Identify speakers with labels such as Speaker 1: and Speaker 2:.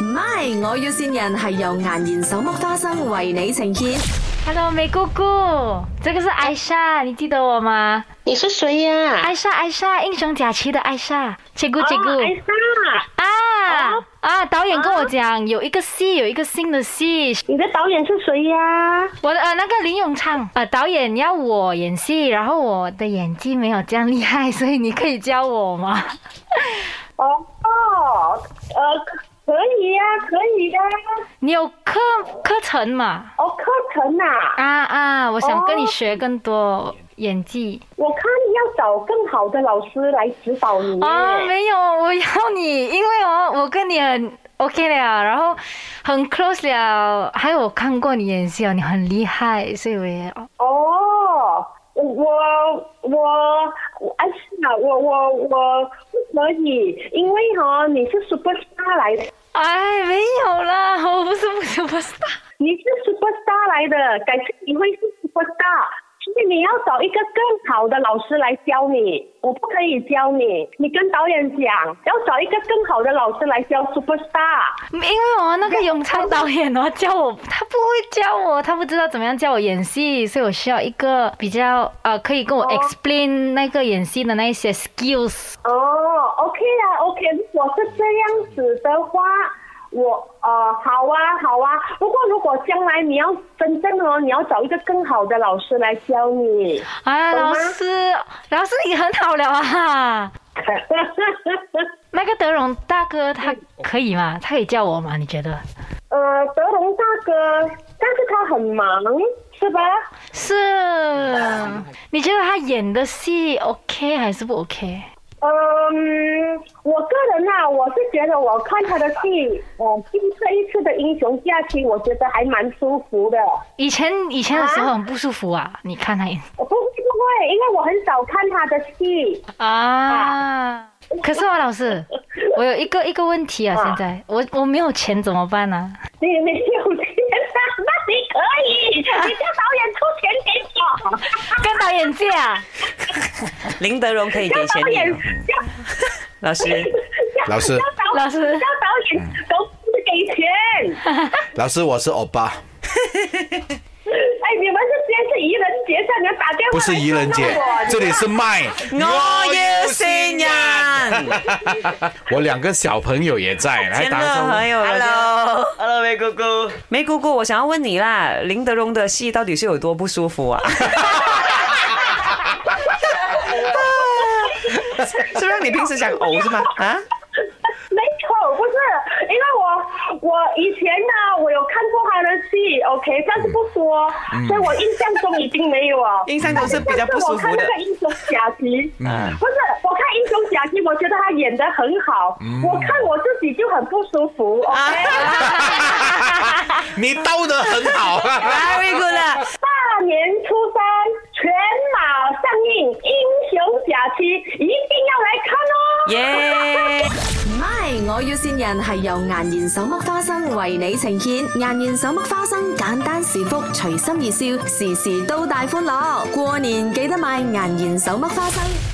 Speaker 1: MY，我要線人係由顏然手剝花生為你呈現。
Speaker 2: Hello，美姑姑，这个是艾莎，你记得我吗？
Speaker 3: 你是谁哎呀、
Speaker 2: 艾莎，艾莎，英雄假期的艾莎，切姑
Speaker 3: 哦
Speaker 2: 切
Speaker 3: 艾
Speaker 2: 姑
Speaker 3: 莎，
Speaker 2: 啊
Speaker 3: 哦
Speaker 2: 啊！导演跟我讲，有一个戏，有一个新的戏，
Speaker 3: 你的导演是谁呀、
Speaker 2: 我的呃那个林永昌呃导演要我演戏，然后我的演技没有这样厉害，所以你可以教我吗？
Speaker 3: 哦哦，呃，可以呀、可以呀、
Speaker 2: 你有课课程嘛？
Speaker 3: 哦，课程啊，
Speaker 2: 啊啊！我想跟你
Speaker 3: 哦
Speaker 2: 学更多演技。
Speaker 3: 我看你要找更好的老师来指导你。
Speaker 2: 啊，
Speaker 3: 哦
Speaker 2: 没有，我要你，因为哦，我跟你很 OK 了，然后很 close 了，还有我看过你演戏哦，你很厉害，所以我也哦
Speaker 3: 哦，我我我艾莎，我我我不可以，因为哈、你是 superstar 来的。
Speaker 2: 哎，没有啦，我不是不是不是，
Speaker 3: 你是 superstar 来的，改次你会是 superstar，所以你要找一个更好的老师来教你，我不可以教你，你跟导演讲，要找一个更好的老师来教 superstar。
Speaker 2: 因为我那个永昌导演哦教我，他不会教我，他不知道怎么样教我演戏，所以我需要一个比较呃可以跟我
Speaker 3: 哦
Speaker 2: explain 那个演戏的那一些 skills。
Speaker 3: 哦，OK 啦，OK，如果是这样子的话。我呃好啊好啊，不过如果将来你要真正哦，你要找一个更好的老师来教你。
Speaker 2: 哎，
Speaker 3: 懂
Speaker 2: 老
Speaker 3: 吗
Speaker 2: 师，老师你很好了啊。那个德荣大哥他可以吗？他可以叫我吗？你觉得？
Speaker 3: 呃，德龙大哥，但是他很忙，是吧？
Speaker 2: 是，你觉得他演的戏 OK 还是不 OK？
Speaker 3: 嗯，我个人啊，我是觉得我看他的戏，我经这一次的英雄假期，我觉得还蛮舒服的。
Speaker 2: 以前以前的时候
Speaker 3: 啊
Speaker 2: 很不舒服啊，你看他演
Speaker 3: 我不不会，因为我很少看他的戏。
Speaker 2: 啊。可是我老师，我有一个一个问题啊，
Speaker 3: 啊
Speaker 2: 现在我我没有钱怎么办呢、
Speaker 3: 你没有钱啊？那你可以，你叫导演出钱给我，
Speaker 2: 跟导演借啊，
Speaker 4: 林德荣可以给
Speaker 3: 叫
Speaker 4: 钱
Speaker 3: 导演
Speaker 4: 你哦，老师，
Speaker 3: 叫
Speaker 5: 老师
Speaker 3: 叫导
Speaker 2: 老师
Speaker 3: 叫导演都不给钱。
Speaker 5: 老师，我是欧巴，
Speaker 3: 哎，你们是今天是愚人节，叫你们打电话
Speaker 5: 不是
Speaker 3: 来
Speaker 5: 愚人
Speaker 3: 弄
Speaker 4: 哎
Speaker 5: 节
Speaker 3: 我，
Speaker 5: 这里是麦。
Speaker 4: 我要新 人，
Speaker 5: 我两个小朋友也在，来
Speaker 4: 天
Speaker 5: 打个
Speaker 4: 乐
Speaker 5: 招
Speaker 4: 很
Speaker 5: 呼。
Speaker 4: 有人。
Speaker 6: Hello，Hello，梅姑姑，
Speaker 4: 梅姑姑，我想要问你啦，林德荣的戏到底是有多不舒服啊？ 是不是你平时想呕是吗？啊？
Speaker 3: 没错，不是，因为我我以前呢，我有看过他的戏，OK，但是不多，所以我印象中已经没有了。
Speaker 4: 印象嗯中是比较不舒
Speaker 3: 我看
Speaker 4: 服
Speaker 3: 那
Speaker 4: 的嗯
Speaker 3: 个。英雄假期，
Speaker 5: 嗯
Speaker 3: 不是我看英雄假期，我觉得他演的很好，
Speaker 4: 嗯
Speaker 3: 我看我自己就很不舒服。OK，
Speaker 4: 啊
Speaker 5: 你兜得很好 啊！
Speaker 4: Very good 啦，
Speaker 3: 大年初三全马上映《英雄假期》，一定要来看哦！
Speaker 4: 耶！
Speaker 1: MY，我要線人係由顏然手剝花生為你呈現。顏然手剝花生，簡單是福，隨心而笑，時時都大歡樂。過年記得買顏然手剝花生。